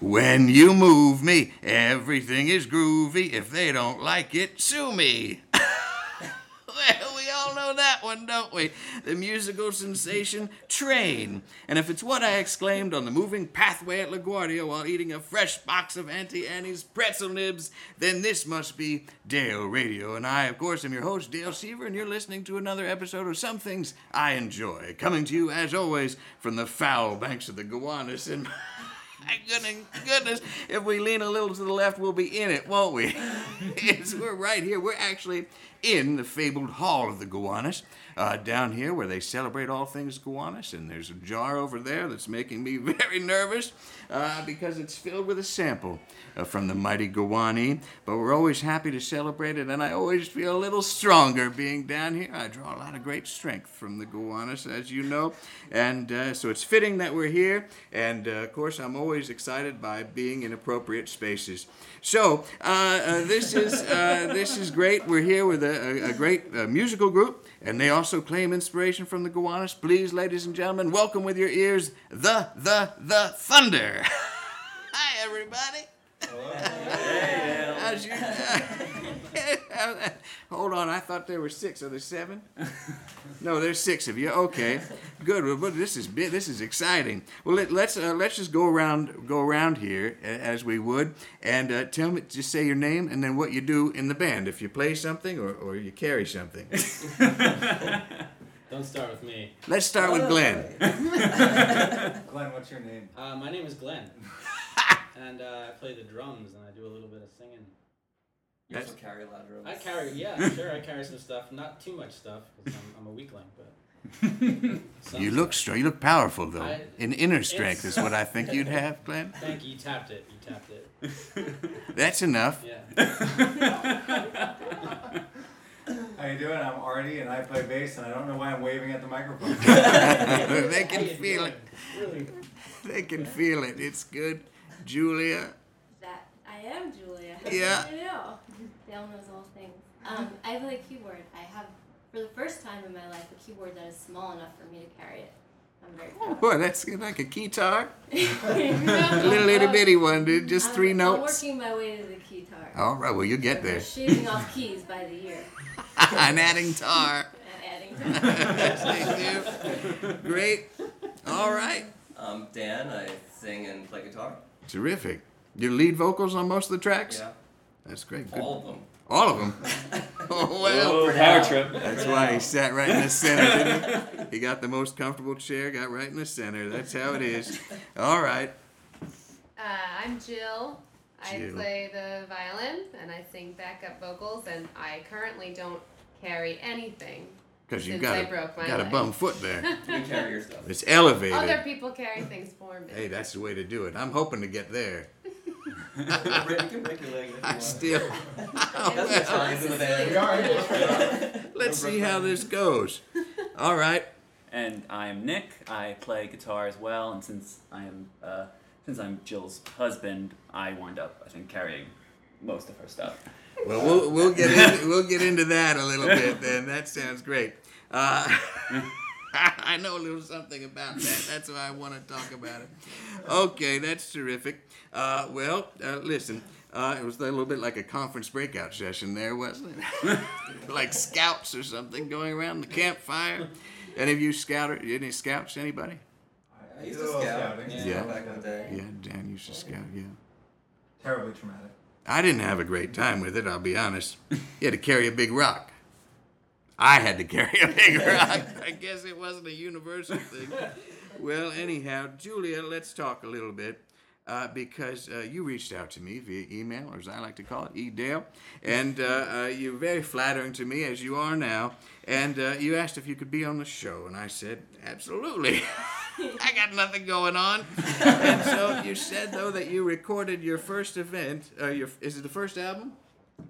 When you move me, everything is groovy. If they don't like it, sue me. well, we all know that one, don't we? The musical sensation Train. And if it's what I exclaimed on the moving pathway at LaGuardia while eating a fresh box of Auntie Annie's pretzel nibs, then this must be Dale Radio. And I, of course, am your host, Dale Seaver, and you're listening to another episode of Some Things I Enjoy, coming to you, as always, from the foul banks of the Gowanus and. My goodness, goodness, if we lean a little to the left, we'll be in it, won't we? Yes, we're right here. We're actually in the fabled hall of the Gowanus, uh, down here where they celebrate all things Gowanus. And there's a jar over there that's making me very nervous uh, because it's filled with a sample uh, from the mighty Gowani. But we're always happy to celebrate it, and I always feel a little stronger being down here. I draw a lot of great strength from the Gowanus, as you know. And uh, so it's fitting that we're here. And uh, of course, I'm always excited by being in appropriate spaces. So uh, uh, this is uh, this is great. We're here with a, a, a great uh, musical group, and they also claim inspiration from the Gowanus. Please, ladies and gentlemen, welcome with your ears the the the thunder. Hi, everybody. How's your- Hold on, I thought there were six. Are there seven? No, there's six of you. Okay, good. Well, but this is bi- this is exciting. Well, let, let's uh, let's just go around go around here a- as we would, and uh, tell me just say your name and then what you do in the band. If you play something or, or you carry something. Don't start with me. Let's start with Glenn. Glenn, what's your name? Uh, my name is Glenn, and uh, I play the drums and I do a little bit of singing. You also That's- carry a lot of drugs. I carry, yeah, sure, I carry some stuff. Not too much stuff because I'm, I'm a weakling, but some You stuff. look strong. You look powerful though. I- In inner strength is it's- what I think you'd have, Glenn. Thank you. You tapped it. You tapped it. That's enough. Yeah. How you doing? I'm Artie, and I play bass, and I don't know why I'm waving at the microphone. they How can you feel doing? it. Really. They can feel it. It's good. Julia. That I am Julia. Yeah. I know. Dale knows all things. Um, I play keyboard. I have, for the first time in my life, a keyboard that is small enough for me to carry it. I'm very proud. Boy, that's like a guitar. a A Oh. little itty bitty one, dude. Just three Um, I'm, notes. I'm working my way to the guitar. All right, well, you get I'm there. Shaving off keys by the year. I'm adding tar. and adding to it. Yes, they do. Great. All right. Um, Dan, I sing and play guitar. Terrific. Your lead vocals on most of the tracks? Yeah, That's great. Good. all of them. All of them. Oh, well. Whoa, power trip. That's why he sat right in the center, didn't he? He got the most comfortable chair, got right in the center. That's how it is. All right. Uh, I'm Jill. I Jill. play the violin and I sing backup vocals, and I currently don't carry anything. Because you Since got I a, broke my got a leg. bum foot there. You carry your stuff. It's elevated. Other people carry things for me. Hey, that's the way to do it. I'm hoping to get there. you can break your leg if you I want. still. That's my charge in the we band. are. Let's see how this goes. All right. And I'm Nick. I play guitar as well. And since I am uh, since I'm Jill's husband, I wind up I think carrying most of her stuff. Well, we'll, we'll get in, we'll get into that a little bit. Then that sounds great. Uh, I know a little something about that. That's why I want to talk about it. Okay, that's terrific. Uh, well, uh, listen, uh, it was a little bit like a conference breakout session there, wasn't it? like scouts or something going around the campfire. Any of you scouter? Any scouts? Anybody? I used Do a to little scout. scouting. Yeah. Back in the day. Yeah, Dan used to scout. Yeah. Terribly traumatic. I didn't have a great time with it, I'll be honest. You had to carry a big rock. I had to carry a big rock. I guess it wasn't a universal thing. Well, anyhow, Julia, let's talk a little bit. Uh, because uh, you reached out to me via email, or as I like to call it, edale, and uh, uh, you're very flattering to me as you are now. And uh, you asked if you could be on the show, and I said absolutely. I got nothing going on. and so you said though that you recorded your first event. Uh, your is it the first album?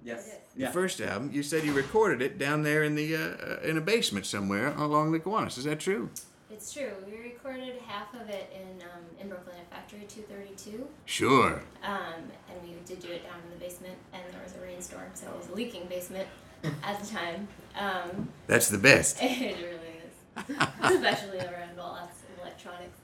Yes. Your first album. You said you recorded it down there in the uh, uh, in a basement somewhere along the Gowanus. Is that true? It's true. We recorded half of it in um, in Brooklyn at Factory 232. Sure. Um, and we did do it down in the basement, and there was a rainstorm, so it was a leaking basement at the time. Um, That's the best. it really is, especially around all us electronics.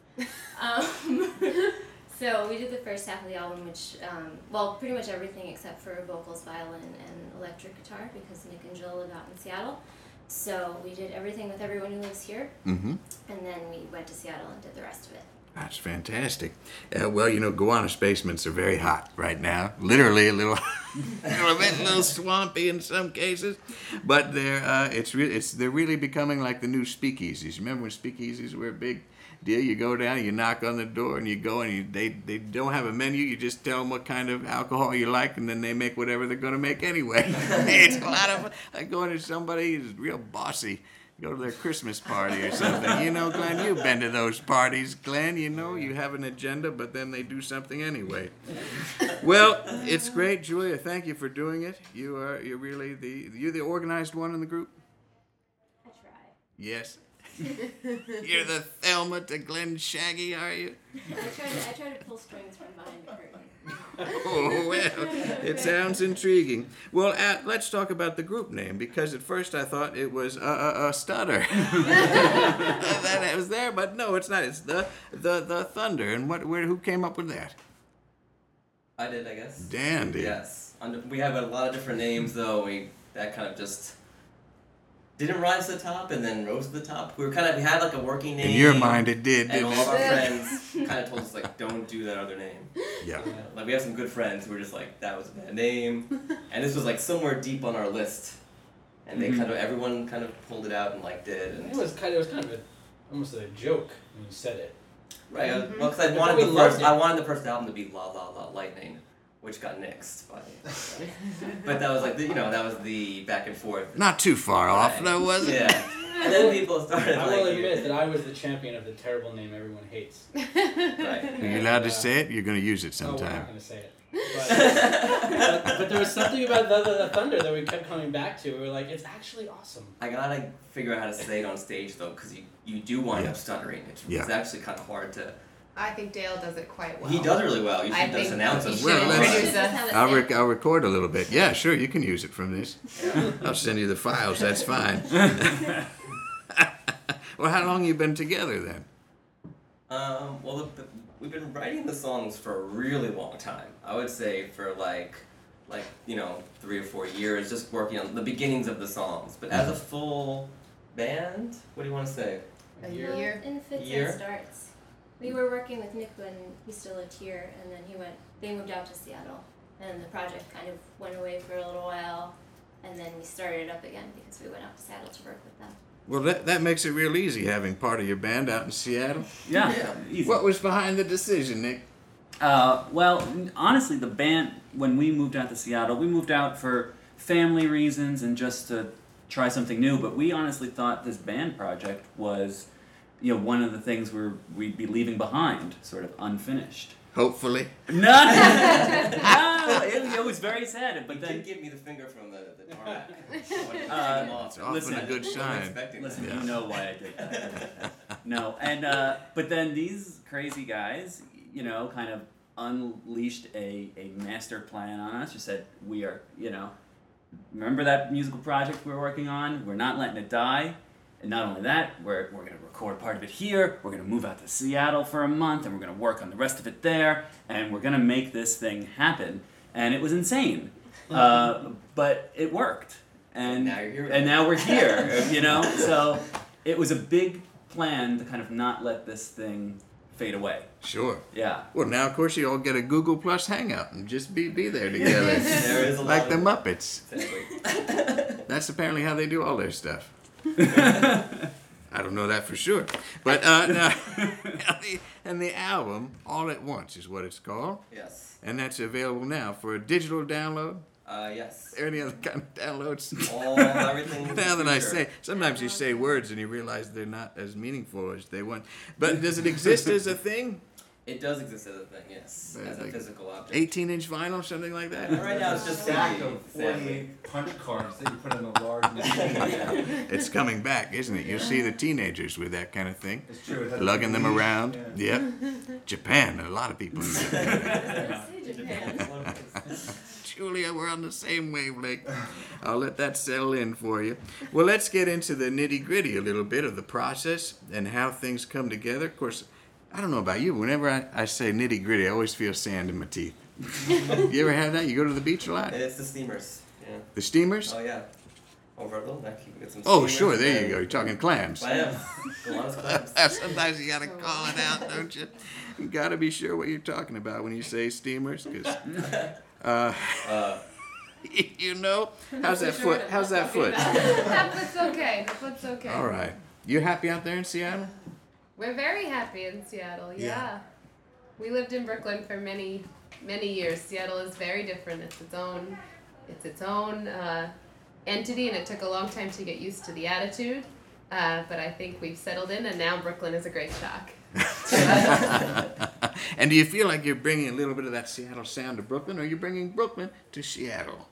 Um, So we did the first half of the album, which, um, well, pretty much everything except for vocals, violin, and electric guitar because Nick and Jill live out in Seattle. So we did everything with everyone who lives here, Mm-hmm. and then we went to Seattle and did the rest of it. That's fantastic. Uh, well, you know, Gowanus basements are very hot right now. Literally a little, a bit, a little swampy in some cases, but they're uh, it's really it's they're really becoming like the new speakeasies. Remember when speakeasies were a big deal? You go down, you knock on the door, and you go, and you, they they don't have a menu. You just tell them what kind of alcohol you like, and then they make whatever they're going to make anyway. it's a lot of like going to somebody who's real bossy go to their Christmas party or something. You know, Glenn, you've been to those parties, Glenn. You know, you have an agenda, but then they do something anyway. Well, it's great, Julia. Thank you for doing it. You are you're really the you're the organized one in the group. I try. Yes. you're the Thelma to Glenn Shaggy, are you? I try to, I try to pull strings from behind the curtain. Oh, well, it sounds intriguing. Well, at, let's talk about the group name because at first I thought it was uh uh uh stutter. that was there, but no, it's not. It's the the the thunder. And what where who came up with that? I did, I guess. Dandy. Yes. Under, we have a lot of different names, though. We that kind of just didn't rise to the top, and then rose to the top. We were kind of we had like a working name In your mind, it did. and Didn't all it? of our friends kind of told us like, don't do that other name. Yeah. You know, Like we have some good friends who were just like, that was a bad name, and this was like somewhere deep on our list, and they Mm-hmm. Mhm. kind of everyone kind of pulled it out and liked it, It and was kind. Of, it was kind of a, almost a joke when you said it. right. uh, Well, because I But wanted Mm-hmm. we the loved first, it. I wanted the first album to be La La La Lightning, which got nixed by. but that was like the, you know that was the back and forth. Not too far off, Right. though, was it? Yeah, and then people started I like. will admit that I was the champion of the terrible name everyone hates. Right. Are you allowed to say it? You're going to use it Oh, we're sometime. not gonna say it. But, but, but there was something about the, the, the thunder that we kept coming back to. We were like, it's actually awesome. I gotta figure out how to say it on stage though, because you, you do wind Yeah. up stuttering. It's, Yeah. it's actually kind of hard to. I think Dale does it quite well. He does really well. You I should just think announce he it. should Well, let's- This introduce is how us. it's I'll, done. rec- I'll record a little bit. Yeah, sure, you can use it from this. I'll send you the files, that's fine. well, how long you been together then? Um, well, the, the- we've been writing the songs for a really long time. I would say for like, like you know, three or four years, just working on the beginnings of the songs. But as a Mm-hmm. full band, what do you want to say? A Year. Well, year. in fits Year? and starts. We were working with Nick when he still lived here, and then he went. They moved out to Seattle, and the project kind of went away for a little while, and then we started up again because we went out to Seattle to work with them. Well, that, that makes it real easy having part of your band out in Seattle. Yeah, Yeah. easy. What was behind the decision, Nick? Uh, well, n- honestly, the band, when we moved out to Seattle, we moved out for family reasons and just to try something new. But we honestly thought this band project was, you know, one of the things we're, we'd be leaving behind, sort of unfinished. Hopefully. No, no, it, it was very sad. But You did then, give me the finger from the, the tarmac. When Uh, I came off. It's often Listen, a good I wasn't sign. expecting that. listen, Yeah. you know why I did that. no, and uh, but then these crazy guys, you know, kind of unleashed a, a master plan on us. Just said, we are, you know, remember that musical project we were working on? We're not letting it die. And not only that, we're, we're going to record part of it here. We're going to move out to Seattle for a month and we're going to work on the rest of it there. And we're going to make this thing happen. And it was insane. Uh, but it worked. And now you're here. And now we're here, you know? So it was a big plan to kind of not let this thing fade away. Sure. Yeah. Well, now, of course, you all get a Google Plus Hangout and just be, be there together. There is a lot like the of- Muppets. Exactly. That's apparently how they do all their stuff. I don't know that for sure, but uh, no. and the album all at once is what it's called, yes. and that's available now for a digital download Uh, yes. or any other kind of downloads. All everything. in the now that I future. say, sometimes you say words and you realize they're not as meaningful as they want. But does it exist as a thing? It does exist as a thing, yes, Very as a big. physical object. 18-inch vinyl, something like that. Right now it's just stack CD, of sadly. 48 punch cards that you put in the large machine. Yeah. It's coming back, isn't it? You see the teenagers with that kind of thing, It's true. it has a lugging them leash, around. yeah. Yep. Japan, a lot of people in Japan. Julia, we're on the same wavelength. I'll let that settle in for you. Well, let's get into the nitty gritty a little bit of the process and how things come together. Of course, I don't know about you. but Whenever I, I say nitty gritty, I always feel sand in my teeth. you ever have that? You go to the beach a lot? And it's the steamers. Yeah. The steamers? Oh yeah. Over at Little Neck, you can get some. Oh, steamers sure. There you and go. You're talking clams. Clams. Gowanus clams. Sometimes you gotta call it out, don't you? You gotta be sure what you're talking about when you say steamers, 'cause, uh, Uh, you know. How's that foot? How's that foot? that foot's okay. The foot's okay. All right. You happy out there in Seattle? We're very happy in Seattle. Yeah. Yeah. We lived in Brooklyn for many, many years. Seattle is very different. It's its own, it's its own uh, entity, and it took a long time to get used to the attitude. Uh, but I think we've settled in, and now Brooklyn is a great shock. and do you feel like you're bringing a little bit of that Seattle sound to Brooklyn, or you're bringing Brooklyn to Seattle?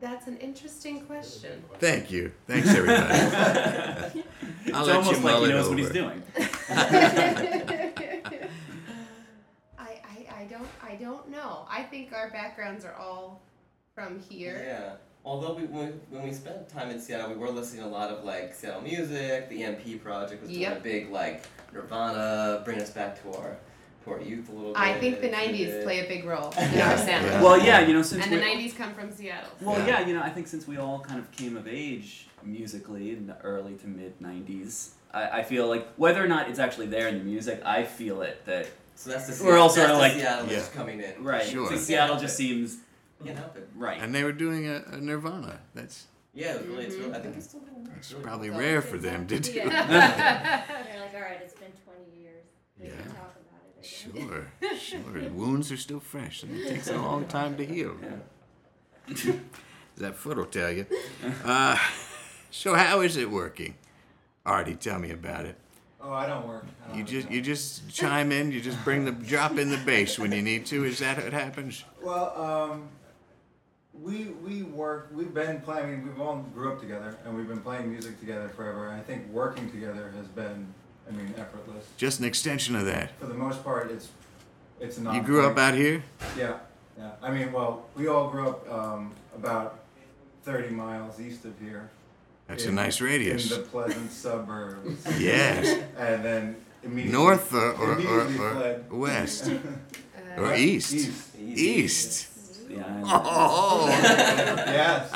That's an interesting question. Thank you. Thanks, everybody. It's I'll let you almost like mull he it knows what he's over. doing. I, I I don't I don't know. I think our backgrounds are all from here. yeah. Although we when, we when we spent time in Seattle, we were listening to a lot of like Seattle music. The EMP project was doing a Yep. big like Nirvana, bring us back to our to our youth a little bit. I think the We '90s did. play a big role in Yeah. our sound. Yeah. Well, yeah, you know, since And the we- '90s come from Seattle. Well, Yeah. yeah. you know, I think since we all kind of came of age musically in the early to mid '90s, I, I feel like whether or not it's actually there in the music, I feel it that So that's the We're Seattle- also that's the like- Seattle Yeah. just coming in. right. Sure. so Seattle just seems Can't help it. right. And they were doing a, a Nirvana. That's Yeah, it was really. It's Mhm. really I think it's still going on. It's really probably cool. rare for them to do. They're like, all right, it's been 20 years. We Yeah. can talk about it. again." Sure, sure. The wounds are still fresh, and it takes a long time to heal. that foot will tell you. Uh, so how is it working? Artie, tell me about it. Oh, I don't work. I don't You have a just job. you just chime in. You just bring the drop in the bass when you need to. Is that what happens? Well, um, we we work. We've been playing. I mean, we've all grew up together, and we've been playing music together forever. And I think working together has been, I mean, effortless. Just an extension of that. For the most part, it's it's not. You grew up out here. Yeah, yeah. I mean, well, we all grew up um, about thirty miles east of here That's a nice radius. in the pleasant suburbs, Yes, and then immediately north or or, immediately or, fled. or west Uh, or east. East. East. The island, Oh. Yes.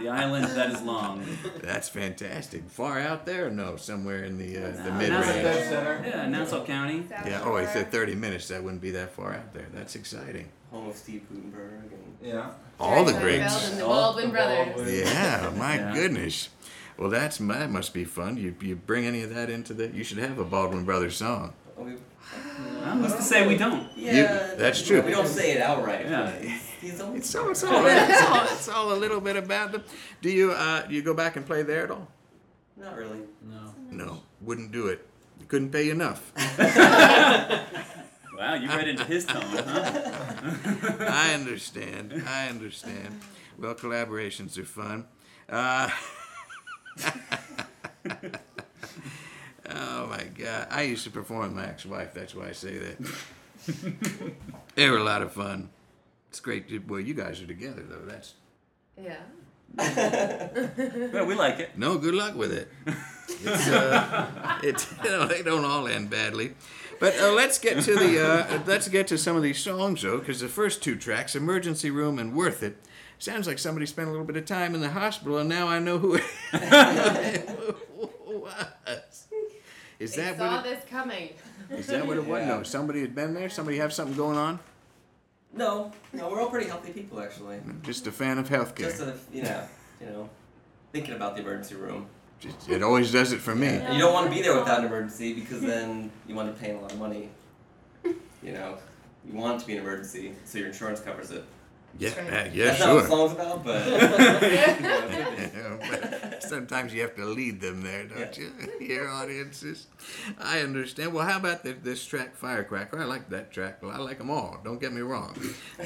the island that is long. That's fantastic. Far out there, or no? Somewhere in the uh, the Uh, mid not range. that- Dead center. Yeah, Nassau County. South Yeah. Oh, I Shore. said 30 minutes. That wouldn't be that far out there. That's exciting. Home of Steve Gutenberg and Yeah. All the Jerry Seinfeld greats. And the All Baldwin the brothers. Baldwin. Yeah. My Yeah. goodness. Well, that's that must be fun. You you bring any of that into the? You should have a Baldwin Brothers song. oh, we, Well, who's to say we don't? yeah. that's we- true. We don't say it outright. Yeah. but it's- He's always It's all it's all, it's all, it's all a little bit about them. Do you uh you go back and play there at all? not really. No. No, wouldn't do it. Couldn't pay you enough. Wow, you read into his tone, huh? I understand. I understand. Well, collaborations are fun. Uh, oh my God! I used to perform with my ex-wife. That's why I say that. they were a lot of fun. It's great. to- Well, you guys are together though. That's Yeah. Well, we like it. no good luck with it. It's, uh, it you know, they don't all end badly. But uh, let's get to the uh, let's get to some of these songs though, because the first two tracks, "Emergency Room" and "Worth It," sounds like somebody spent a little bit of time in the hospital, and now I know who it was. Is They that saw what? this coming. It, is that what it was? Yeah. No, somebody had been there. Somebody have something going on. No, no, we're all pretty healthy people actually. Just a fan of healthcare. Just a, you know, you know, thinking about the emergency room. Just- it always does it for me. And you don't want to be there without an emergency because then you wind up paying a lot of money. You know, you want it to be an emergency so your insurance covers it. Yeah, Right. uh, yeah, That's not what sure. the song's about, but. But Sometimes you have to lead them there, don't you? Your audiences. I understand. Well, how about the, this track, Firecracker? I like that track. Well, I like them all. Don't get me wrong.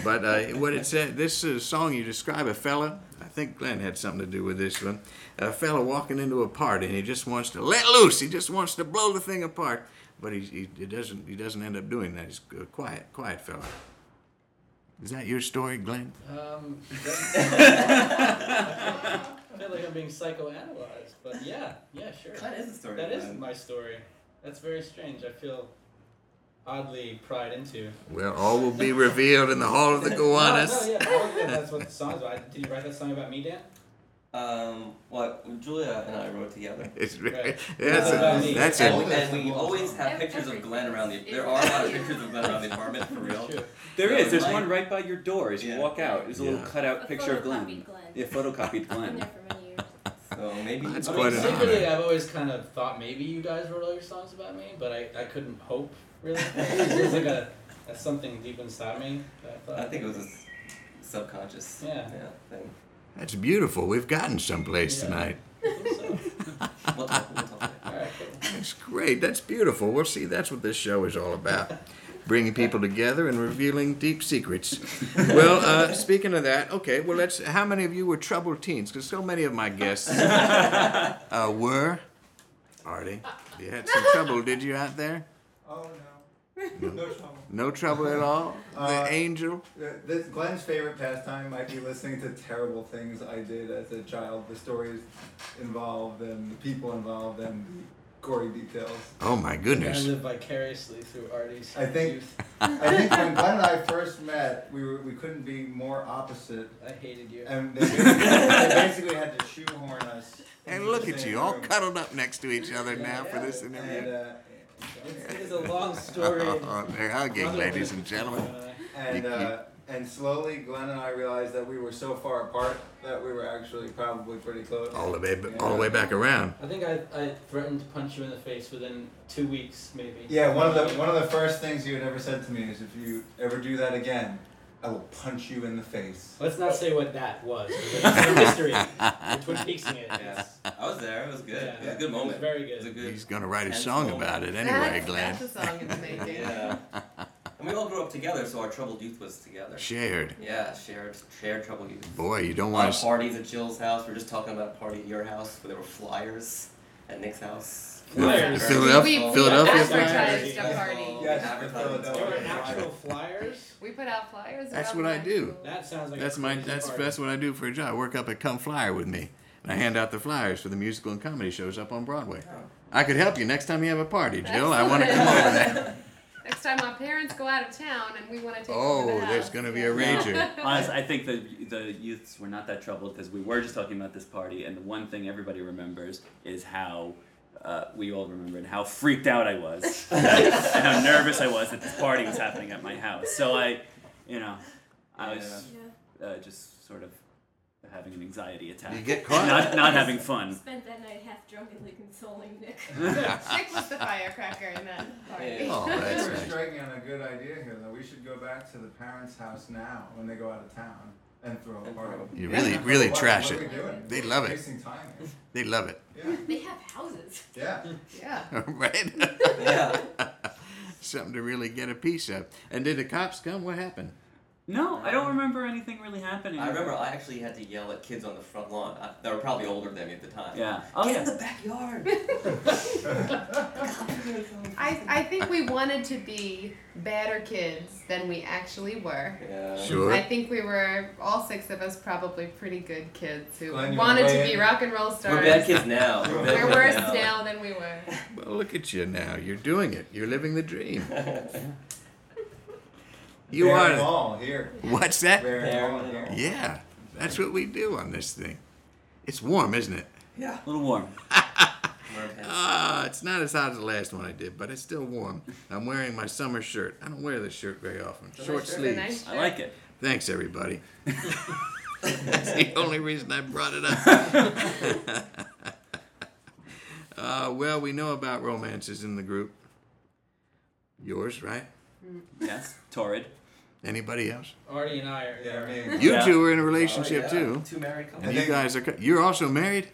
But uh, what it said, this uh, song you describe a fella. I think Glenn had something to do with this one. A fella walking into a party and he just wants to let loose. He just wants to blow the thing apart. But he, he, he doesn't. He doesn't end up doing that. He's a quiet, quiet fella. Is that your story, Glenn? Um, I feel like I'm being psychoanalyzed, but yeah, yeah, sure. that is the story. That is man. my story. That's very strange. I feel oddly pried into. Well, all will be revealed in the Hall of the No, Gowanus. no, yeah, I don't think that's what the song's about. Did you write that song about me, Dan? Um, what Julia and I wrote together. It's Right. that's a, that's and, a, and we always have pictures of Glenn around the. There are a lot of pictures of Glenn around the apartment for real. Sure. There So is. There's like- one right by your door as you Yeah. walk out. There's a little Yeah. cutout A picture of photocopied Glenn. Glenn. Yeah, photocopied I've been Glenn. there for many years. So maybe That's I quite mean, an secretly, honor. I've always kind of thought maybe you guys wrote all your songs about me, but I, I couldn't hope really. There's like a, a something deep inside me that I thought. I think it was a s- subconscious. Yeah. thing. that's beautiful. We've gotten someplace Yeah. tonight. I think so. We'll talk. We'll talk. All right, cool. That's great. That's beautiful. Well, see, that's what this show is all about. Bringing people together and revealing deep secrets. Well, uh, speaking of that, okay. Well, let's. How many of you were troubled teens? Because so many of my guests uh, were. Artie, you had some trouble, did you, out there? Oh no, no trouble. No trouble at all. Uh, the angel. Uh, This Glenn's favorite pastime might be listening to terrible things I did as a child. The stories involved and the people involved and the gory details. Oh my I goodness. live vicariously through Artie's I think- youth. I think when Glenn and I first met, we were we couldn't be more opposite, I hated you. and they basically, they basically had to shoehorn us. into And the look at same you, all room. cuddled up next to each other now for this And, interview. uh, It's, it is a long story. They're hugging, Another ladies way. and gentlemen. Uh, and You- you- uh, and slowly, Glenn and I realized that we were so far apart that we were actually probably pretty close. All the way, all the way back around. I think I, I threatened to punch you in the face within two weeks, maybe. Um, Yeah, one of the one of the first things you had ever said to me is if you ever do that again, I will punch you in the face. Let's not say what that was. because It's a mystery. You're Twin Peaksing it. Yeah. It's- I was there. It was good. It was a It was good moment. very It was a good. good. He's gonna write a And song so- about it anyway, that's, Glenn. That's a song in the making. Yeah. And we all grew up together, so our troubled youth was together. Shared. Yeah, shared shared troubled youth. Boy, you don't A lot want of to. parties at Jill's house. We were just talking about a party at your house where there were flyers at Nick's house. Flyers. The Philadelphia, We- we Philadelphia advertised flyers. a party. Yes, Advertising. the There were Philadelphia. actual flyers. We put out flyers. That's around what I high do. school. That sounds like That's a my. crazy That's party. that's what I do for a job. I work up at Come Flyer with me, and I hand out the flyers for the musical and comedy shows up on Broadway. I could help you next time you have a party, Jill. I want to come over there. Next time my parents go out of town and we want to take over Oh, the house. there's gonna be a Yeah. rager. Honest, I think the the youths were not that troubled because we were just talking about this party, and the one thing everybody remembers is how. Uh, we all remembered how freaked out I was and how nervous I was that this party was happening at my house. So I, you know, I was uh, just sort of having an anxiety attack. You get caught. Not, not having fun. Spent that night half drunkenly consoling Nick. Nick was the firecracker in that party. Yeah. Oh, You that's were nice. striking on a good idea here, though. We should go back to the parents' house now when they go out of town and throw a And party. throw- You Yeah. really, really What- trash what are it. we doing? They love it. Wasting time. here. They love it, Yeah, They have houses. yeah. Yeah. right? Yeah. Something to really get a piece of. And did the cops come? What happened? No, I don't remember anything really happening. Um, I remember I actually had to yell at kids on the front lawn. I, they were probably older than me at the time. Yeah. Oh Get in yeah. the backyard. I, I think we wanted to be better kids than we actually were. yeah. Sure. I think we were all six of us probably pretty good kids who Glenn, you wanted wanna to weigh be in? rock and roll stars. We're bad kids now. We're, bad We're kids worse now than we were. Well, look at you now. You're doing it. You're living the dream. You Bear are. Mall here. What's that? Bear Bear Mall Mall. here. Yeah, that's what we do on this thing. It's warm, isn't it? Yeah. A little warm. We're bad. Ah, it's not as hot as the last one I did, but it's still warm. I'm wearing my summer shirt. I don't wear this shirt very often. Short It's a sleeves. nice I shirt. like it. Thanks, everybody. That's the only reason I brought it up. uh, well, we know about romances in the group. Yours, right? Yes. Torrid. Anybody else? Artie and I are. Yeah, I mean, You Yeah. two are in a Oh, relationship yeah. too, Two married couples. and I you think- guys are. co- You're also married.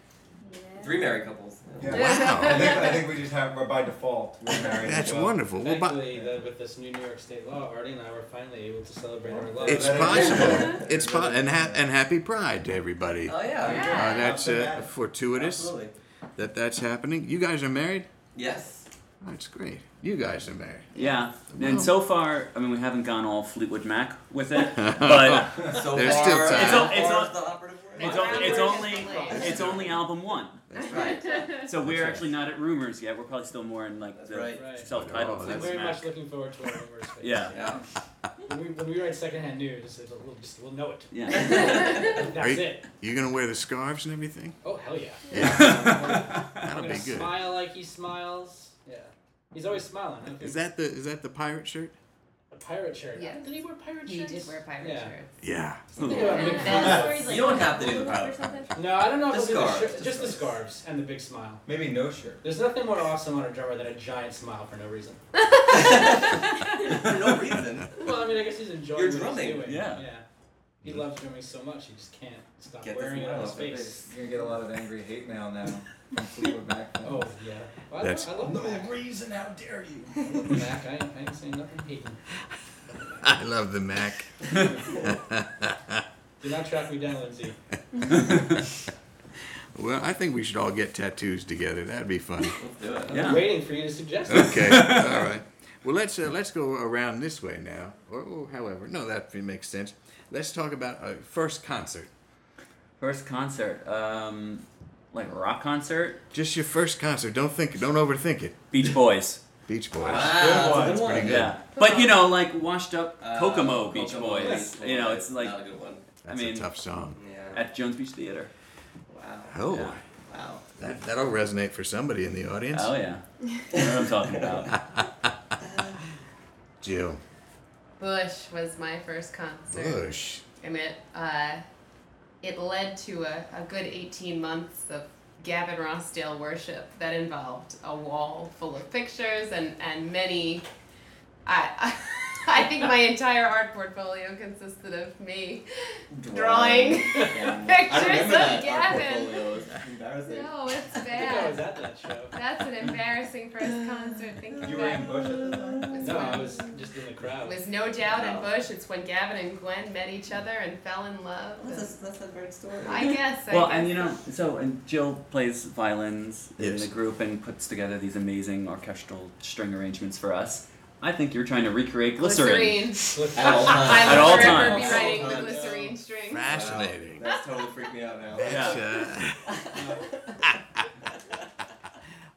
Three married couples. Oh, yeah. I, Wow, think, I think we just have we're by default. We're married. that's well. wonderful. Well, bu- Thankfully, that with this new New York State law, Artie and I were finally able to celebrate our love. It's That is- possible. It's po- and ha- and happy Pride to everybody. Oh yeah. Uh, Yeah. that's uh, Absolutely. fortuitous Absolutely. that that's happening. You guys are married. Yes. That's great. You guys are married. Yeah. Wow. And so far, I mean, we haven't gone all Fleetwood Mac with it, but So There's far, still time. It's all- it's far all- is the operative word. It's, Wow. on- it's only it's Wow. only album one. That's right. So we're That's right. actually not at rumors yet. We're probably still more in like That's the right. Right. Oh, self-titled. I'm that's Fleetwood very Mac. much looking forward to our rumors. phase. Yeah. Yeah. When we, when we write secondhand news, it'll, we'll just we'll know it. Yeah. That's Are you- it. You gonna wear the scarves and everything? Oh hell yeah! I'm That'll gonna be good. smile like he smiles. Yeah, he's always smiling. I think. Is that the is that the pirate shirt? a pirate shirt? Yeah. Did he wear pirate He shirts? did wear pirate Yeah. shirts. Yeah. You don't have to do the pilot. No, I don't know if The he'll do the scarves, shirt. the Just the scarves. scarves and the big smile. Maybe no shirt. There's nothing more awesome on a drummer than a giant smile for no reason. For no reason. Well, I mean, I guess he's enjoying You're what drumming, he's doing. yeah. Yeah. He loves drumming so much, he just can't stop Get the wearing it smile on his off their face. You're gonna get a lot of angry hate mail now. from Fleetwood Mac. Oh yeah. Well, I, That's- love, I love the Mac. reason, how dare you? I love the Mac. I ain't, I ain't saying nothing hating. I love the Mac. Do not track me down, Lindsay. Well, I think we should all get tattoos together. That'd be funny. Let's do it. Yeah. I'm waiting for you to suggest it. Okay. all right. Well, let's uh, let's go around this way now, or, or however. No, that makes sense. Let's talk about uh, first concert. First concert, um, like rock concert, Just your first concert. Don't think. Don't overthink it. Beach Boys. Beach Boys. Ah, Wow, that's a good one. pretty good. Yeah, but you know, like washed up Uh, Kokomo Beach Boys. Beach You know, Boys. it's like not a good one. That's I mean- a tough song. Yeah. at Jones Beach Theater. Wow. Oh, Yeah. Wow. that that'll resonate for somebody in the audience. Oh yeah, you know what I'm talking about. Jill Bush was my first concert. Bush. and it uh, it led to a, a good 18 months of Gavin Rossdale worship that involved a wall full of pictures and and many I I think my entire art portfolio consisted of me Drawing. Yeah. I remember Pictures of that art Gavin. portfolio. It was embarrassing. no it's I think I was bad at that show. that's an embarrassing first concert thinking You were back in Bush at the time. was No, I when- was just in the crowd. was no doubt in No. Bush it's when Gavin and Gwen met each other and fell in love That's a, that's a great story. I guess I Well, guess and you know, so and Jill plays violins in Yes. the group and puts together these amazing orchestral string arrangements for us. I think you're trying to recreate glycerin. Glycerine. With- At all times. I At all will forever times. be writing the At all times. glycerine string. Fascinating. Wow. That's totally freaked me out now. That's, uh,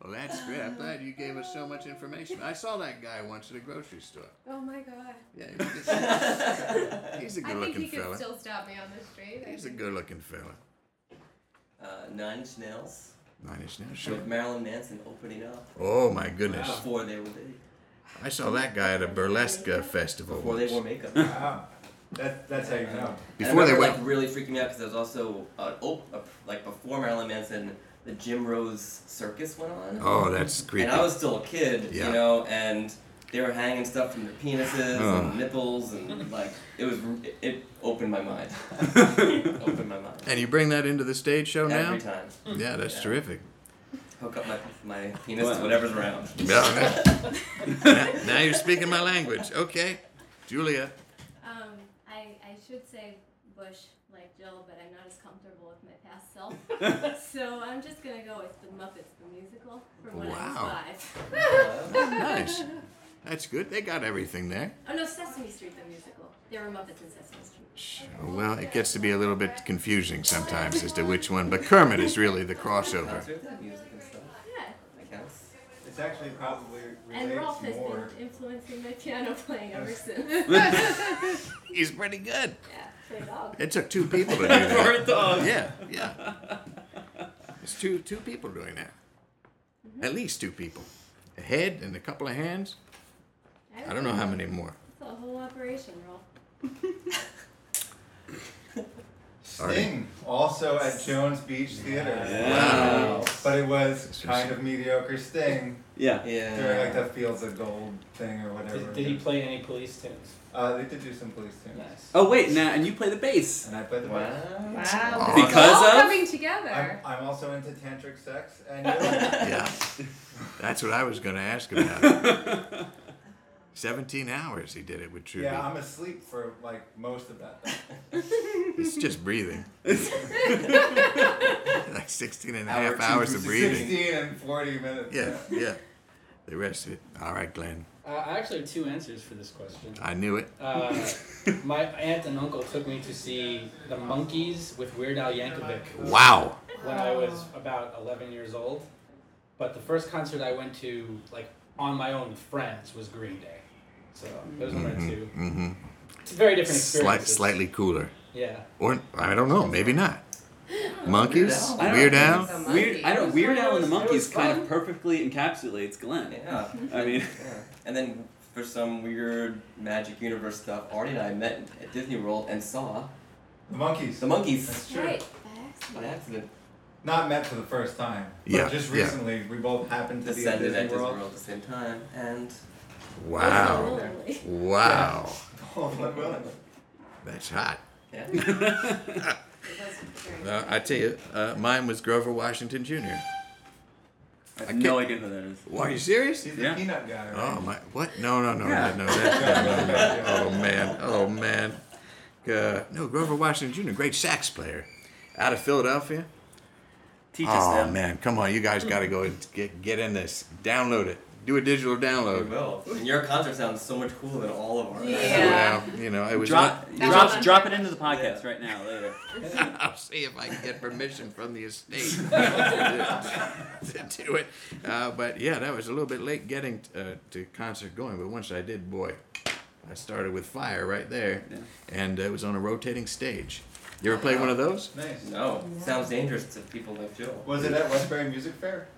well, that's great. I'm glad you gave us so much information. I saw that guy once at a grocery store. Oh my god. Yeah, he was- Uh, he's a I good think he looking could fella. still stop me on the street. I He's a think. good looking fella. Uh, Nine Inch Nails Nine Inch Nails, sure. with Marilyn Manson opening up Oh my goodness. Wow. before they were big, I saw that guy at a burlesque uh, festival. before they once. wore makeup. Wow. That, that's how you know. And I Before they remember, went. like really freaking me out because there was also uh, op- uh, like before Marilyn Manson, the Jim Rose Circus went on, Oh, that's creepy. and I was still a kid, Yeah. you know, and they were hanging stuff from their penises Oh. and nipples, and like it was it, it opened my mind, opened my mind And you bring that into the stage show now? every time. Yeah, that's Yeah. terrific. Hook up my my penis Wow. to whatever's around. Well, now- now, now you're speaking my language. Okay. Julia. Um, I, I should say Bush like Jill, but I'm not as comfortable with my past self. so I'm just gonna go with the Muppets the musical from when I was Wow. five. Uh, Oh, Nice. That's good. They got everything there. Oh no, Sesame Street the musical. There were Muppets in Sesame Street. Well, it gets to be a little bit confusing sometimes as to which one, but Kermit is really the crossover. concert, that music and stuff. Yeah. That counts. It's actually probably And Rolf has relates more. been influencing my piano playing ever Yes. since. He's pretty good. yeah, play dog. It took two people to do that. a dog. Yeah, yeah. It's two two people doing that. At least two people. A head and a couple of hands. I don't know how many more. It's a whole operation, Rolf. Sting, also at Jones Beach Theater. Wow. But it was kind of mediocre Sting Yeah. during like Yeah. the Fields of Gold thing or whatever. Did, did he play any police tunes? Uh, Uh, they did do some police tunes. Nice. Oh wait, now and you play the bass. And I played the bass. Wow. Wow. Because this is Oh, all of- coming I'm, together. I'm also into tantric sex and yoga. Yeah. That's what I was going to ask about. 17 hours he did it with Trudy. yeah, I'm asleep for like most of that. It's just breathing. like 16 and a Hour half two hours through of breathing. 16 and 40 minutes. Yeah, yeah. The rest of it. All right, Glenn. Uh, I actually have two answers for this question. I knew it. Uh, my aunt and uncle took me to see The Monkees with Weird Al Yankovic Wow. when I was about 11 years old. But the first concert I went to, like on my own with friends, was Green Day. So those are my two. Mm-hmm. It's a very different Slight, experience. slightly cooler. Yeah. Or I don't know. Maybe not. Monkeys. Weird Weird Al. I Al. don't think so. Weird, I don't. Weird It Al and the was- it Monkeys was kind of fun. perfectly encapsulates Glenn. Yeah. I mean, Yeah. And then for some weird magic universe stuff, Artie and I met at Disney World and saw The monkeys. the monkeys That's true. Right, by by accident. accident. Not met for the first time. but Yeah, Just yeah. recently, we both happened to be at Descended Disney, at Disney World. World at the same time. And Wow. Totally. Wow. Oh, my God. That's hot. yeah. It was very Uh, I tell you, uh, mine was Grover Washington Jr. I have can't- no idea who that is. Why, are you serious? He's the Yeah. peanut guy. Right? Oh my! What? No, no, no, Yeah. no, no. That, no, no, no. Oh man! Oh man! Uh, no, Grover Washington Jr. Great sax player, out of Philadelphia. Teach us Oh um, them. man! Come on, you guys got to go and get get in this. Download it. Do a digital We download. will. And your concert sounds so much cooler than all of ours. Yeah. Well, you know, it was. Drop, That was drop, on drop it purpose. into the podcast right now. Later. I'll see if I can get permission from the estate to, to do it. Uh, but yeah, that was a little bit late getting uh, to concert going. But once I did, boy, I started with fire right there, Yeah. and uh, it was on a rotating stage. You ever played one of those? Nice. No. Sounds dangerous to people like Joe. Was it at Westbury Music Fair?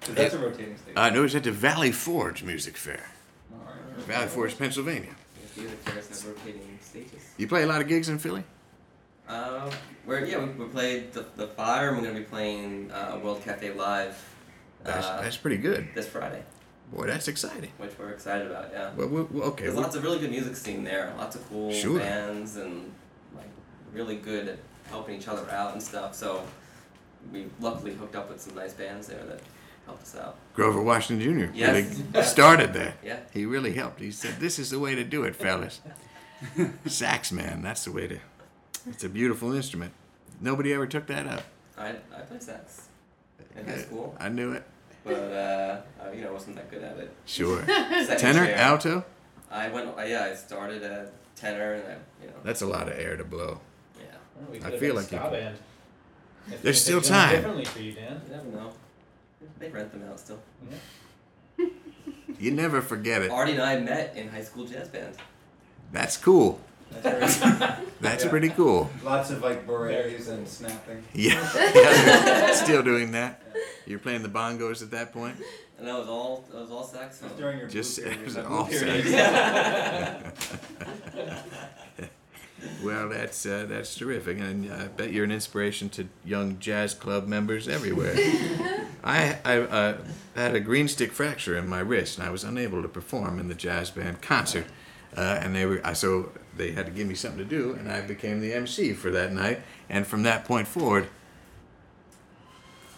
'Cause That's a rotating stage. Uh, no, it was at the Valley Forge Music Fair, All right. Valley Forge, Pennsylvania. If you're the terrorist and rotating stages. You play a lot of gigs in Philly? Uh, we're, yeah, we, we played the, the Fire, and we're going to be playing uh, World Cafe Live uh, That's, that's pretty good. this Friday, Boy, that's exciting. which we're excited about, yeah. Well, we- we- okay. There's we- lots of really good music scene there. Lots of cool Sure. bands and like really good at helping each other out and stuff. So we luckily hooked up with some nice bands there that helped us out. Grover Washington Jr. Yes. really started that. Yeah. He really helped. He said, "This is the way to do it, fellas. Sax man, that's the way to. It's a beautiful instrument. Nobody ever took that up. I I played sax in high school, I knew it. but uh, I, you know wasn't that good at it. Sure. Second Tenor, chair. alto. I went. I- Yeah, I started at tenor and I you know That's a lot of air to blow. yeah. Well, we I could feel have been a like you ska could. band. If- There's if still it's time. Differently for you, Dan. You never know. They rent them out still. You never forget it. Artie and I met in high school jazz band. That's cool. That's very, That's Yeah. pretty cool. lots of like berets and snapping. Yeah. Still doing that. You're playing the bongos at that point. And that was all. That was all saxophone. Just during your blue Just period, it was that blue all period. sax. Yeah. Well, that's uh, that's terrific, and I bet you're an inspiration to young jazz club members everywhere. I, I uh, had a green stick fracture in my wrist, and I was unable to perform in the jazz band concert. Uh, and they were I- so they had to give me something to do, and I became the MC for that night. And from that point forward,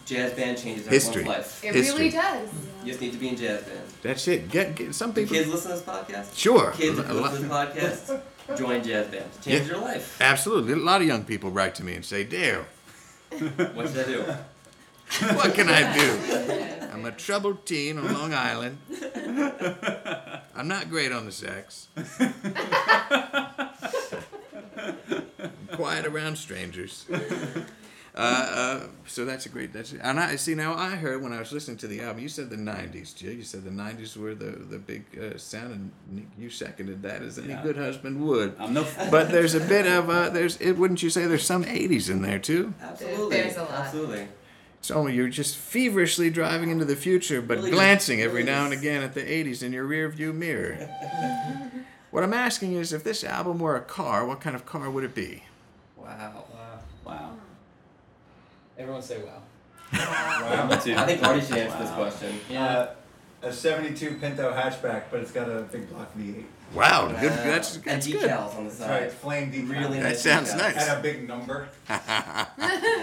Jazz band changes History. everyone's life. It History. really does. You just need to be in jazz band. that's it. Get, get some Do people. kids listen to this podcast? Sure. Kids A if you lot- listen to this podcast, join jazz band. Change Yeah. your life. absolutely. A lot of young people write to me and say, "Dale, What should I do? what can I do? I'm a troubled teen on Long Island. I'm not great on the sex. I'm quiet around strangers. Uh, uh, so that's a great. That's and I see now. I heard when I was listening to the album. You said the '90s, Jill. You said the '90s were the the big uh, sound, and Nick, you seconded that as any Yeah. good husband would. I'm no. But there's a bit of uh, there's. It, wouldn't you say there's some '80s in there too? Absolutely. There's a lot. Absolutely. So you're just feverishly driving into the future, but Really just- glancing every really now and just- again at the 80s in your rearview mirror. what I'm asking is if this album were a car, what kind of car would it be? Wow. Wow. Wow. uh, Everyone say wow. Wow. Two. I think Artie should answer this Wow. question. Uh, a 72 Pinto hatchback, but it's got a big block V8. Wow, good. Wow. That's, Uh, and that's good. decals on the That's right, side. flame decal. Really That nice sounds decals. nice. And a big number, Yeah.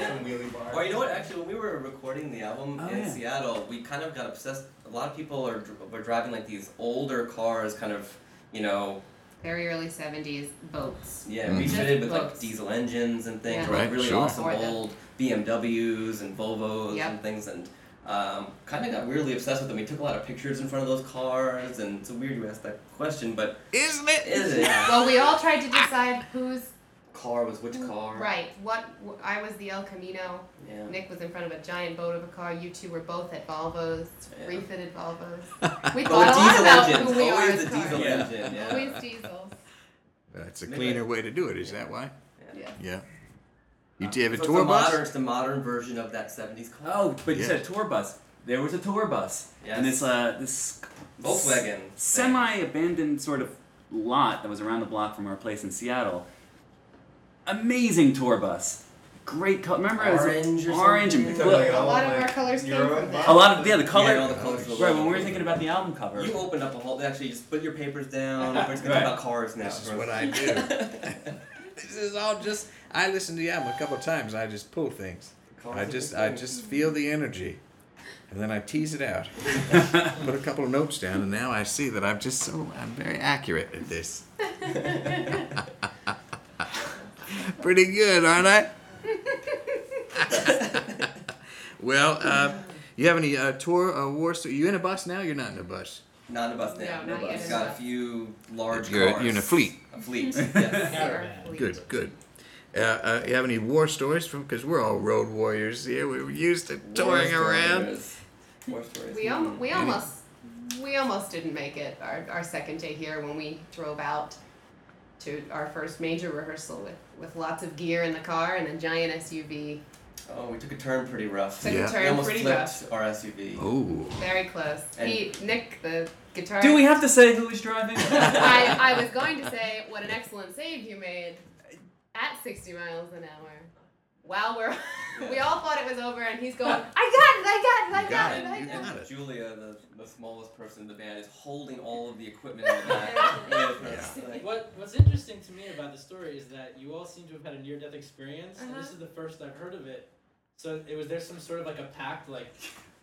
some wheelie bar. Well, you know what? Actually, when we were recording the album Oh, in yeah. Seattle, we kind of got obsessed. A lot of people are dr- were driving like these older cars, kind of, you know, Very early 70s boats. Yeah, Mm. refitted with like Books. diesel engines and things, Yeah. or, like Right, really sure. awesome Or the- old BMWs and Volvos Yep. and things, and um, kind of got weirdly obsessed with them. We took a lot of pictures in front of those cars, and it's weird you asked that question, but Isn't it? is it? Well, we all tried to decide whose car was which car? right. What I was the El Camino. Yeah. Nick was in front of a giant boat of a car. You two were both at Volvos, Yeah. refitted Volvos. We Oh, thought a lot diesel about engines. who we are Always as the cars. diesel Yeah. engine. Yeah. Always diesels. That's a Maybe cleaner I- way to do it. Is that why? Yeah. Yeah. You did have So a it's tour the bus. Modern, it's the modern version of that '70s car. Oh, but you Yeah. said tour bus. There was a tour bus, and Yes. this uh, this Volkswagen. thing. semi-abandoned sort of lot that was around the block from our place in Seattle. Amazing tour bus, great color. Remember, Orange it or was orange and something? blue. A lot of our colours came from that. A lot of yeah, the Yeah, color. all the colors were right, when we were lovely. thinking about the album cover. You opened up a whole. Actually, just put your papers down. We're just gonna Right. talk about cars now. This is what I do. this is all just. I listen to the album a couple of times. I just pull things. I just, I just feel the energy, and then I tease it out. Put a couple of notes down, and now I see that I'm just so. I'm very accurate at this. Pretty good, aren't I? well, uh, you have any uh, tour uh, war? Sto- you in a bus now? You're not in a bus. Not a bus now. No, not We've yet. Got a few large You're- cars. you're in a fleet. A fleet. Yes. Caravan. Good, good. Uh, uh, you have any war stories from? Because we're all road warriors here. We were used to touring War around. stories. War stories. We, al- we Maybe. almost we almost didn't make it our, our second day here when we drove out to our first major rehearsal with, with lots of gear in the car and a giant SUV. Oh, we took a turn pretty rough. Took Yeah. a We turn almost pretty flipped rough. our SUV. Oh, Very close. And- he, Nick, the guitar. Do we have to say who was driving? I, I was going to say what an excellent save you made at 60 miles an hour. While we're, we all thought it was over, and he's going, I got it, I got it, I You got, got it, it, I you got it. got And it. Julia, the, the smallest person in the band, is holding all of the equipment in the back. with us, like- What What's interesting to me about the story is that you all seem to have had a near death experience, and this Uh-huh. is the first I've heard of it. So it was there some sort of like a pact, like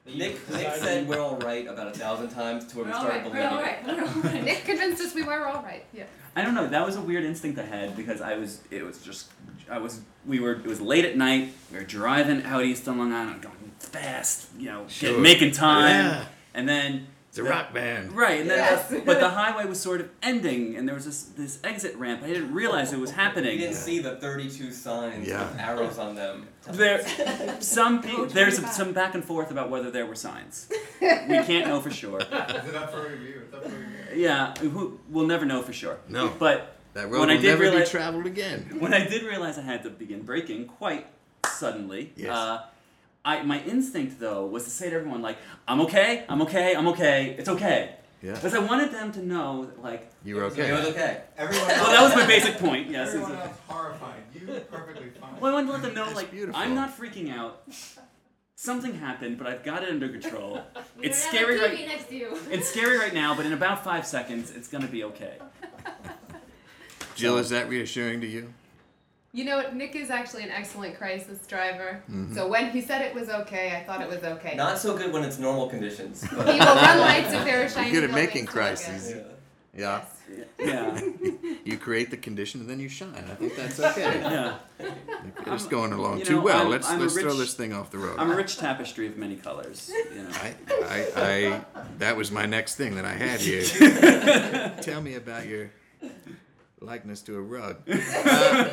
that you Nick, Nick decided- said we're all right about a thousand times to where we We're all started right, we're believing. all it. right, we're all right. Nick convinced us we were all right. Yeah. I don't know. That was a weird instinct I had because I was. It was just. I was. We were. It was late at night. We were driving out east on Long Island, going fast. You know, get- Sure. making time. Yeah. And then It's a rock band. right, and then Yes. but the highway was sort of ending, and there was this this exit ramp. I didn't realize it was You happening. didn't see the 32 signs Yeah. with arrows on them. There, some Go pe- there's twenty-five. some back and forth about whether there were signs. We can't know for sure. Is it up for review? It's up for review. Yeah, who- we'll never know for sure. No. but That road When I will did never realize- be traveled again. when I did realize I had to begin breaking quite suddenly, Yes. uh, I, my instinct though was to say to everyone like, "I'm okay, I'm okay, I'm okay, it's okay," Yeah, because I wanted them to know that, like, you were It was okay. okay. Everyone else, well, that was my basic point. Yes. it's everyone okay. else horrified. You perfectly fine. Well, I wanted to let them know That's like, beautiful. I'm not freaking out. Something happened, but I've got it under control. We It's don't have a scary TV right. next to you. It's scary right now, but in about five seconds, it's gonna be okay. Jill, is that reassuring to you? You know, what, Nick is actually an excellent crisis driver. Mm-hmm. So when he said it was okay, I thought it was okay. Not so good when it's normal conditions. But, he will run lights if there are shiny good at buildings making to look at. crises. Yeah. Yeah. Yes. Yeah, You create the condition and then you shine. I think that's okay. yeah. it's going along you too know, well. I'm- let's I'm a let's throw rich- this thing off the road. I'm a rich tapestry of many colors. You know. I, I, I, that was my next thing that I had here. Tell me about your likeness to a rug. Uh,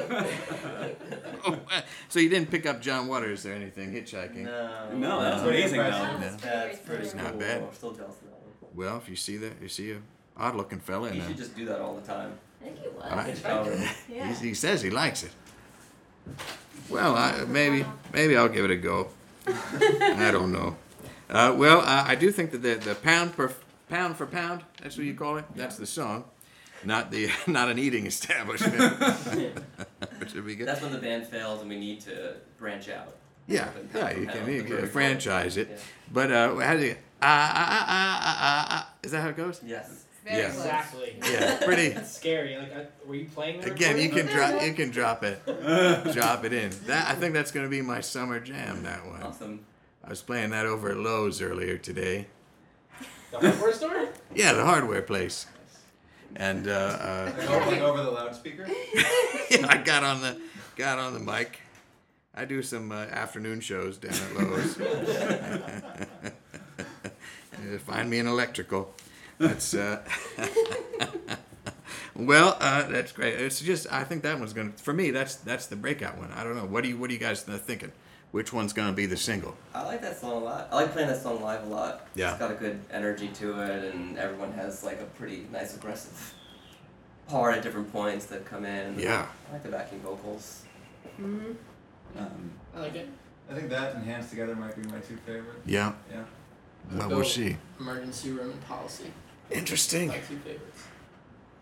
Oh, so you didn't pick up John Waters or anything hitchhiking. No. No, that was No. amazing though. Impressive. That was That's very pretty cool. cool. Not bad. I'm still jealous of that one. Well, if you see that, you see a odd-looking fella, You and should just do that all the time. I think it was. All right. Oh, Yeah. he, he says he likes it. Well, I, maybe maybe I'll give it a go. I don't know. Uh, well, uh, I do think that the, the pound per pound for pound that's what you call it. That's the song, not the not an eating establishment. Which would be good. That's when the band fails and we need to branch out. Yeah, yeah, you Yeah, can, the you can bird. franchise it. Yeah. But uh, how do you? Ah ah ah ah ah ah. Is that how it goes? Yes. Very Yeah. close. exactly. Yeah, pretty. That's scary. Like, I, were you playing? The Again, you can recording? drop you can drop it, drop it in. That I think that's gonna be my summer jam. That one. Awesome. I was playing that over at Lowe's earlier today. The hardware store. Yeah, the hardware place. And uh, uh, Like over, like over the loudspeaker? yeah, I got on the got on the mic, I do some uh, afternoon shows down at Lowe's. Uh, Find me an electrical. That's uh, well, uh, that's great. It's just I think that one's gonna for me. That's that's the breakout one. I don't know. What do you What are you guys thinking? Which one's gonna be the single? I like that song a lot. I like playing that song live a lot. Yeah. It's got a good energy to it, and everyone has like a pretty nice aggressive part at different points that come in. Yeah. I like the backing vocals. Mm-hmm. Um, I like it. I think that and Hands Together might be my two favorite. Yeah. Yeah. Well, we'll see. Emergency room and policy. Interesting. My two favorites.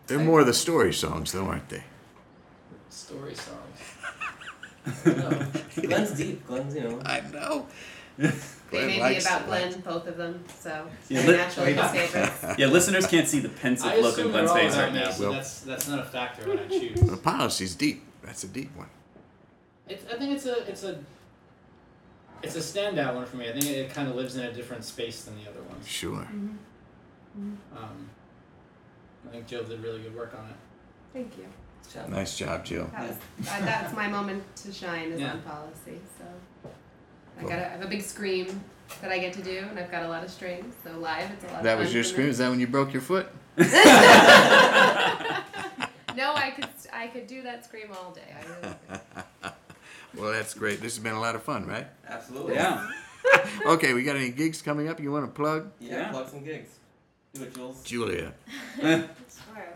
They're more of the story songs, though, aren't they? Story songs. Glenn's deep. Glenn's, you know. I know. They Glenn may be likes- about Glenn, both of them, so Yeah, they're let- naturally his favorites. yeah, listeners can't see the I pensive assume look on Glenn's they're all face about right me, now. So Well- that's that's not a factor when I choose. The policy's deep. That's a deep one. It's, I think it's a it's a it's a standout one for me. I think it, it kind of lives in a different space than the other ones. Sure. Um, I think Jill did really good work on it. Thank you. shout out. Nice job, Jill. That was, uh, that's my moment to shine is Yeah. on policy. So I got a, I have a big scream that I get to do, and I've got a lot of strings. So live, it's a lot. That of was fun your for me. scream. Is that when you broke your foot? No, I could I could do that scream all day. I really could. Well, that's great. This has been a lot of fun, right? Absolutely. Yeah. Okay, we got any gigs coming up you want to plug? Yeah, Yeah. plug some gigs. Do it, Jules. Julia. Sure.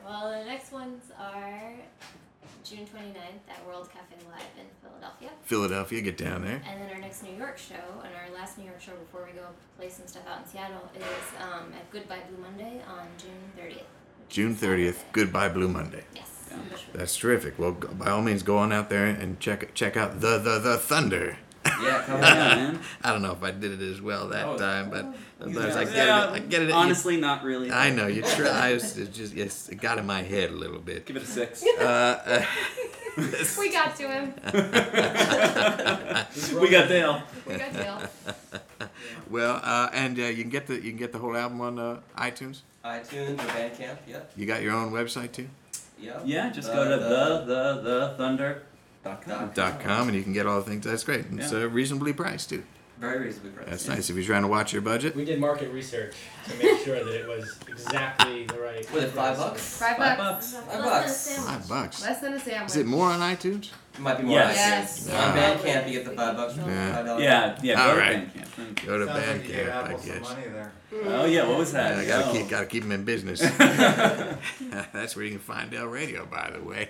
Well, the next ones are June 29th at World Cafe Live in Philadelphia. Philadelphia, get down there. And then our next New York show, and our last New York show before we go play some stuff out in Seattle, is um, at Goodbye Blue Monday on June 30th. June 30th, Goodbye Blue Monday. Yes. That's terrific. Well, go- by all means, go on out there and check check out the the the thunder. Yeah, come Yeah, on. man. I don't know if I did it as well that Oh. time, but sometimes Yeah. I get it. I get it. Honestly, not really. I know you try. It's it's just yes, it got in my head a little bit. Give it a six. Uh, uh, We got to him. we got Dale. We got Dale. well, uh, and uh, you can get the you can get the whole album on uh, iTunes. iTunes or Bandcamp. Yep. You got your own website too. Yep. Yeah, just go to the the the thunder. dot com. dot com and you can get all the things. That's great. And It's Yeah. uh, reasonably priced too. Very reasonably priced. That's nice if you're trying to watch your budget. We did market research to make sure that it was exactly the right. Was it five price. bucks? Five Five bucks. Five Less than a bucks. bucks. sandwich. Five bucks. Less than a sandwich. Is it more on iTunes? It might be more. Yes. Yes. On Yeah. Bandcamp, you get the five bucks. Yeah. Five dollars. Yeah, yeah. All go to right. Bandcamp. Go to Sounds like you gave Bandcamp, Apple I some guess. money there. Oh yeah, what was that? Yeah, I gotta Oh. keep gotta keep them in business. That's where you can find Del Radio, by the way.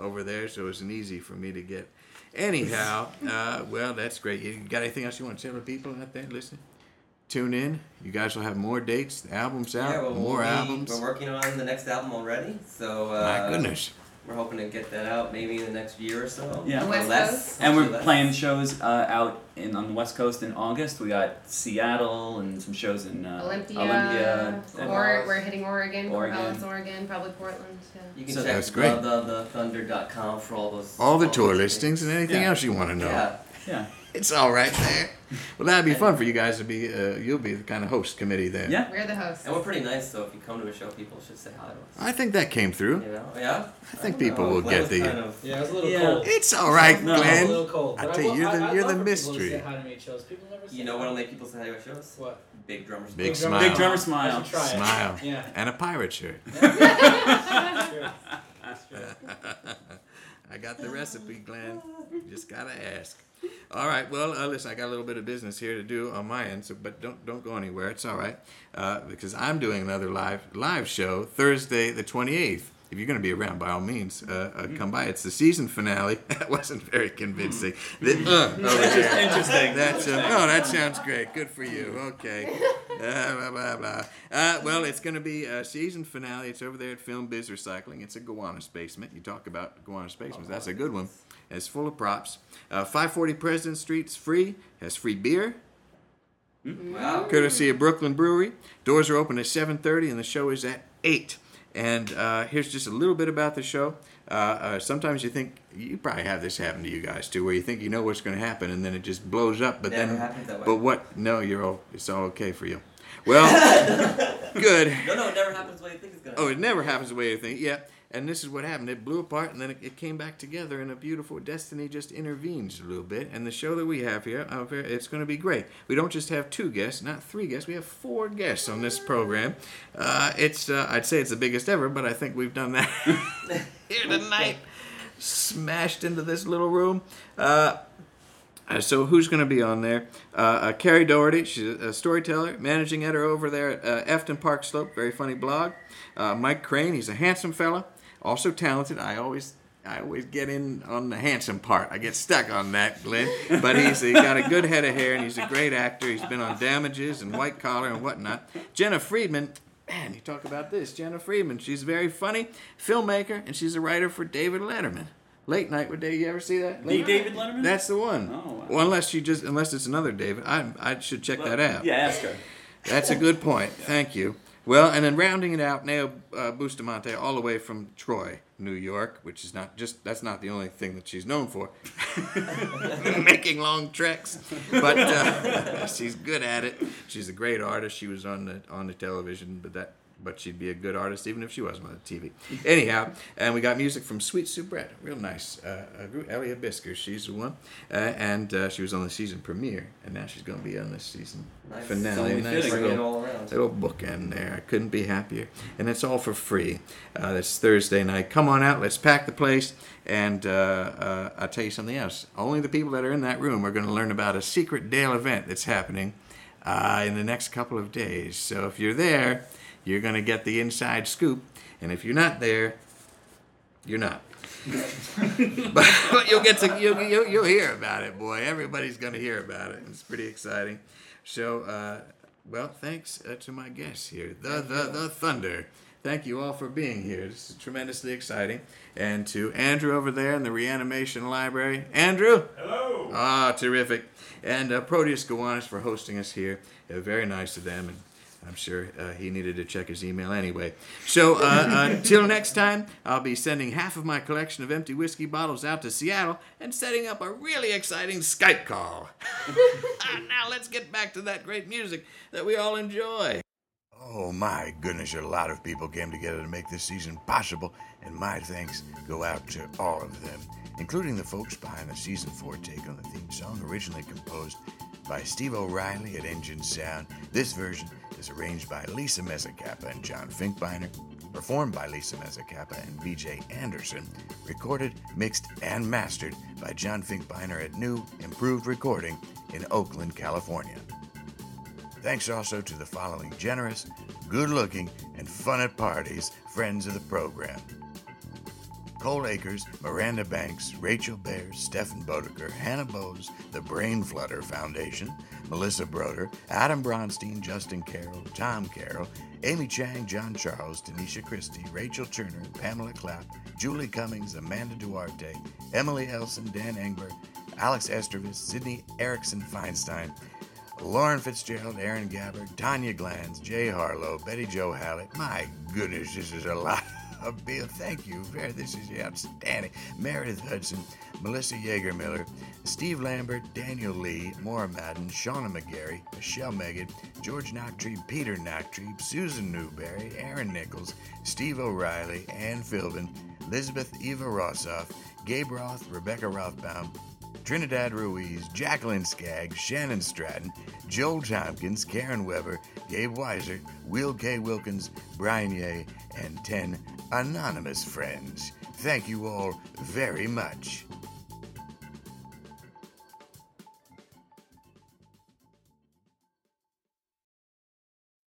Over there, so it's an easy for me to get. Anyhow, uh, well, that's great. You got anything else you want to tell the people out there listening? Tune in. You guys will have more dates. The album's out. Yeah, well, more we, albums. We're working on the next album already, so uh, My goodness. we're hoping to get that out maybe in the next year or so. Yeah. or West less. Coast. And we're Actually less. playing shows uh, out in on the West Coast in August. We got Seattle and some shows in uh, Olympia. Olympia. and- or we're hitting Oregon. Oregon. Corvallis, Oregon. Probably Portland. Yeah. You can So check that's great. thethunder.com for all those. All the those tour things. listings and anything Yeah. else you want to know. Yeah. yeah. It's all right there. Well, that'd be fun for you guys to be. Uh, you'll be the kind of host committee there. Yeah. We're the host. And we're pretty nice, so if you come to a show, people should say hi to us. I think that came through. You know? Yeah? I think people will Glenn get was the. Kind of, Yeah, it was a little Yeah. cold. It's all right, It No. was a Glenn. little cold. I but tell you, wa- you're the- I, I love you're the for people to mystery. Say hi to me at shows. People never say you know hi. what will make people say hi to our shows? What? Big drummers. Big Big drummer- smile. Big drummer I smile. should try Smile. It. Yeah. And a pirate shirt. That's true. That's true. I got the recipe, Glenn. Just gotta ask. All right. Well, uh, listen, I got a little bit of business here to do on my end, so but don't don't go anywhere. It's all right uh, because I'm doing another live live show Thursday the 28th. If you're going to be around, by all means, uh, uh, come by. It's the season finale. that wasn't very convincing. The, uh, over here. Interesting. That's um, oh, that sounds great. Good for you. Okay. Uh, blah blah blah. Uh, well, it's going to be a season finale. It's over there at Film Biz Recycling. It's a Gowanus basement. You talk about Gowanus basements. That's a good one. It's full of props. Uh, 540 President Street's free. Has free beer Wow. courtesy of Brooklyn Brewery. Doors are open at 7:30, and the show is at 8. And uh, here's just a little bit about the show. Uh, uh, sometimes you think you probably have this happen to you guys too, where you think you know what's going to happen, and then it just blows up. But Never then, happens that way. but what? No, you're all. It's all okay for you. Well, Oh, good. No, no, it never happens the way you think it's going to Oh, it never happens the way you think. Yeah. And this is what happened. It blew apart and then it, it came back together and a beautiful destiny just intervenes a little bit. And the show that we have here, uh, ver- it's going to be great. We don't just have two guests, not three guests. We have four guests on this program. Uh, it's uh, I'd say it's the biggest ever, but I think we've done that here tonight. Smashed into this little room. Uh, uh, so who's going to be on there? Uh, uh, Carrie Doherty, she's a storyteller, managing editor over there at uh, Efton Park Slope, very funny blog. Uh, Mike Crane, he's a handsome fella, also talented. I always I always get in on the handsome part. I get stuck on that, Glenn. But he's he got a good head of hair and he's a great actor. He's been on Damages and White Collar and whatnot. Jenna Friedman, man, you talk about this. Jenna Friedman, she's very funny, filmmaker, and she's a writer for David Letterman. Late night with David. You ever see that? The David Letterman? That's the one. Oh, wow. Well, unless you just unless it's another David, I I should check that out. Yeah, ask her. That's a good point. Thank you. Well, and then rounding it out, Nao uh, Bustamante, all the way from Troy, New York, which is not just that's not the only thing that she's known for, making long treks. But uh, she's good at it. She's a great artist. She was on the on the television, but that but she'd be a good artist even if she wasn't on the TV. Anyhow, and we got music from Sweet Soubrette, real nice uh, uh, group. Elia Bisker, she's the one, uh, and uh, she was on the season premiere, and now she's going to be on the season Nice. finale. Only Nice fitting. Bring it little- all around. Little bookend there. I couldn't be happier. And it's all for free. Uh, that's Thursday night. Come on out. Let's pack the place. And uh, uh, I'll tell you something else. Only the people that are in that room are going to learn about a secret Dale event that's happening uh, in the next couple of days. So if you're there, you're going to get the inside scoop. And if you're not there, you're not. but, but you'll get to you'll, you'll, you'll hear about it, boy. Everybody's going to hear about it. It's pretty exciting. So, uh, well, thanks uh, to my guests here, the the the Thunder. Thank you all for being here. This is tremendously exciting. And to Andrew over there in the reanimation library, Andrew. Hello. Ah, terrific. And uh, Proteus Gowanus for hosting us here. Uh, very nice of them. And I'm sure uh, he needed to check his email anyway. So uh, until next time, I'll be sending half of my collection of empty whiskey bottles out to Seattle and setting up a really exciting Skype call. Ah, now let's get back to that great music that we all enjoy. Oh my goodness, a lot of people came together to make this season possible, and my thanks go out to all of them, including the folks behind the season 4 take on the theme song originally composed by Steve O'Reilly at Engine Sound. This version is arranged by Lisa Mezzacappa and John Finkbeiner, performed by Lisa Mezzacappa and BJ Anderson, recorded, mixed, and mastered by John Finkbeiner at New Improved Recording in Oakland, California. Thanks also to the following generous, good looking, and fun at parties friends of the program Cole Akers, Miranda Banks, Rachel Baer, Stefan Bodeker, Hannah Bowes, the Brain Flutter Foundation, Melissa Broder, Adam Bronstein, Justin Carroll, Tom Carroll, Amy Chang, John Charles, Tanisha Christie, Rachel Turner, Pamela Clapp, Julie Cummings, Amanda Duarte, Emily Elson, Dan Engber, Alex Estrovitz, Sydney Erickson Feinstein, Lauren Fitzgerald, Aaron Gabbard, Tanya Glanz, Jay Harlow, Betty Joe Hallett. My goodness, this is a lot of people. Thank you. very- This is outstanding. Meredith Hudson, Melissa Yeagermiller, Steve Lambert, Daniel Lee, Maura Madden, Shauna McGarry, Michelle Meggett, George Nachtree, Peter Nachtree, Susan Newberry, Aaron Nichols, Steve O'Reilly, Ann Philbin, Elizabeth Eva Rossoff, Gabe Roth, Rebecca Rothbaum, Trinidad Ruiz, Jacqueline Skaggs, Shannon Stratton, Joel Tompkins, Karen Weber, Gabe Weiser, Will K. Wilkins, Brian Ye, and 10 anonymous friends. Thank you all very much.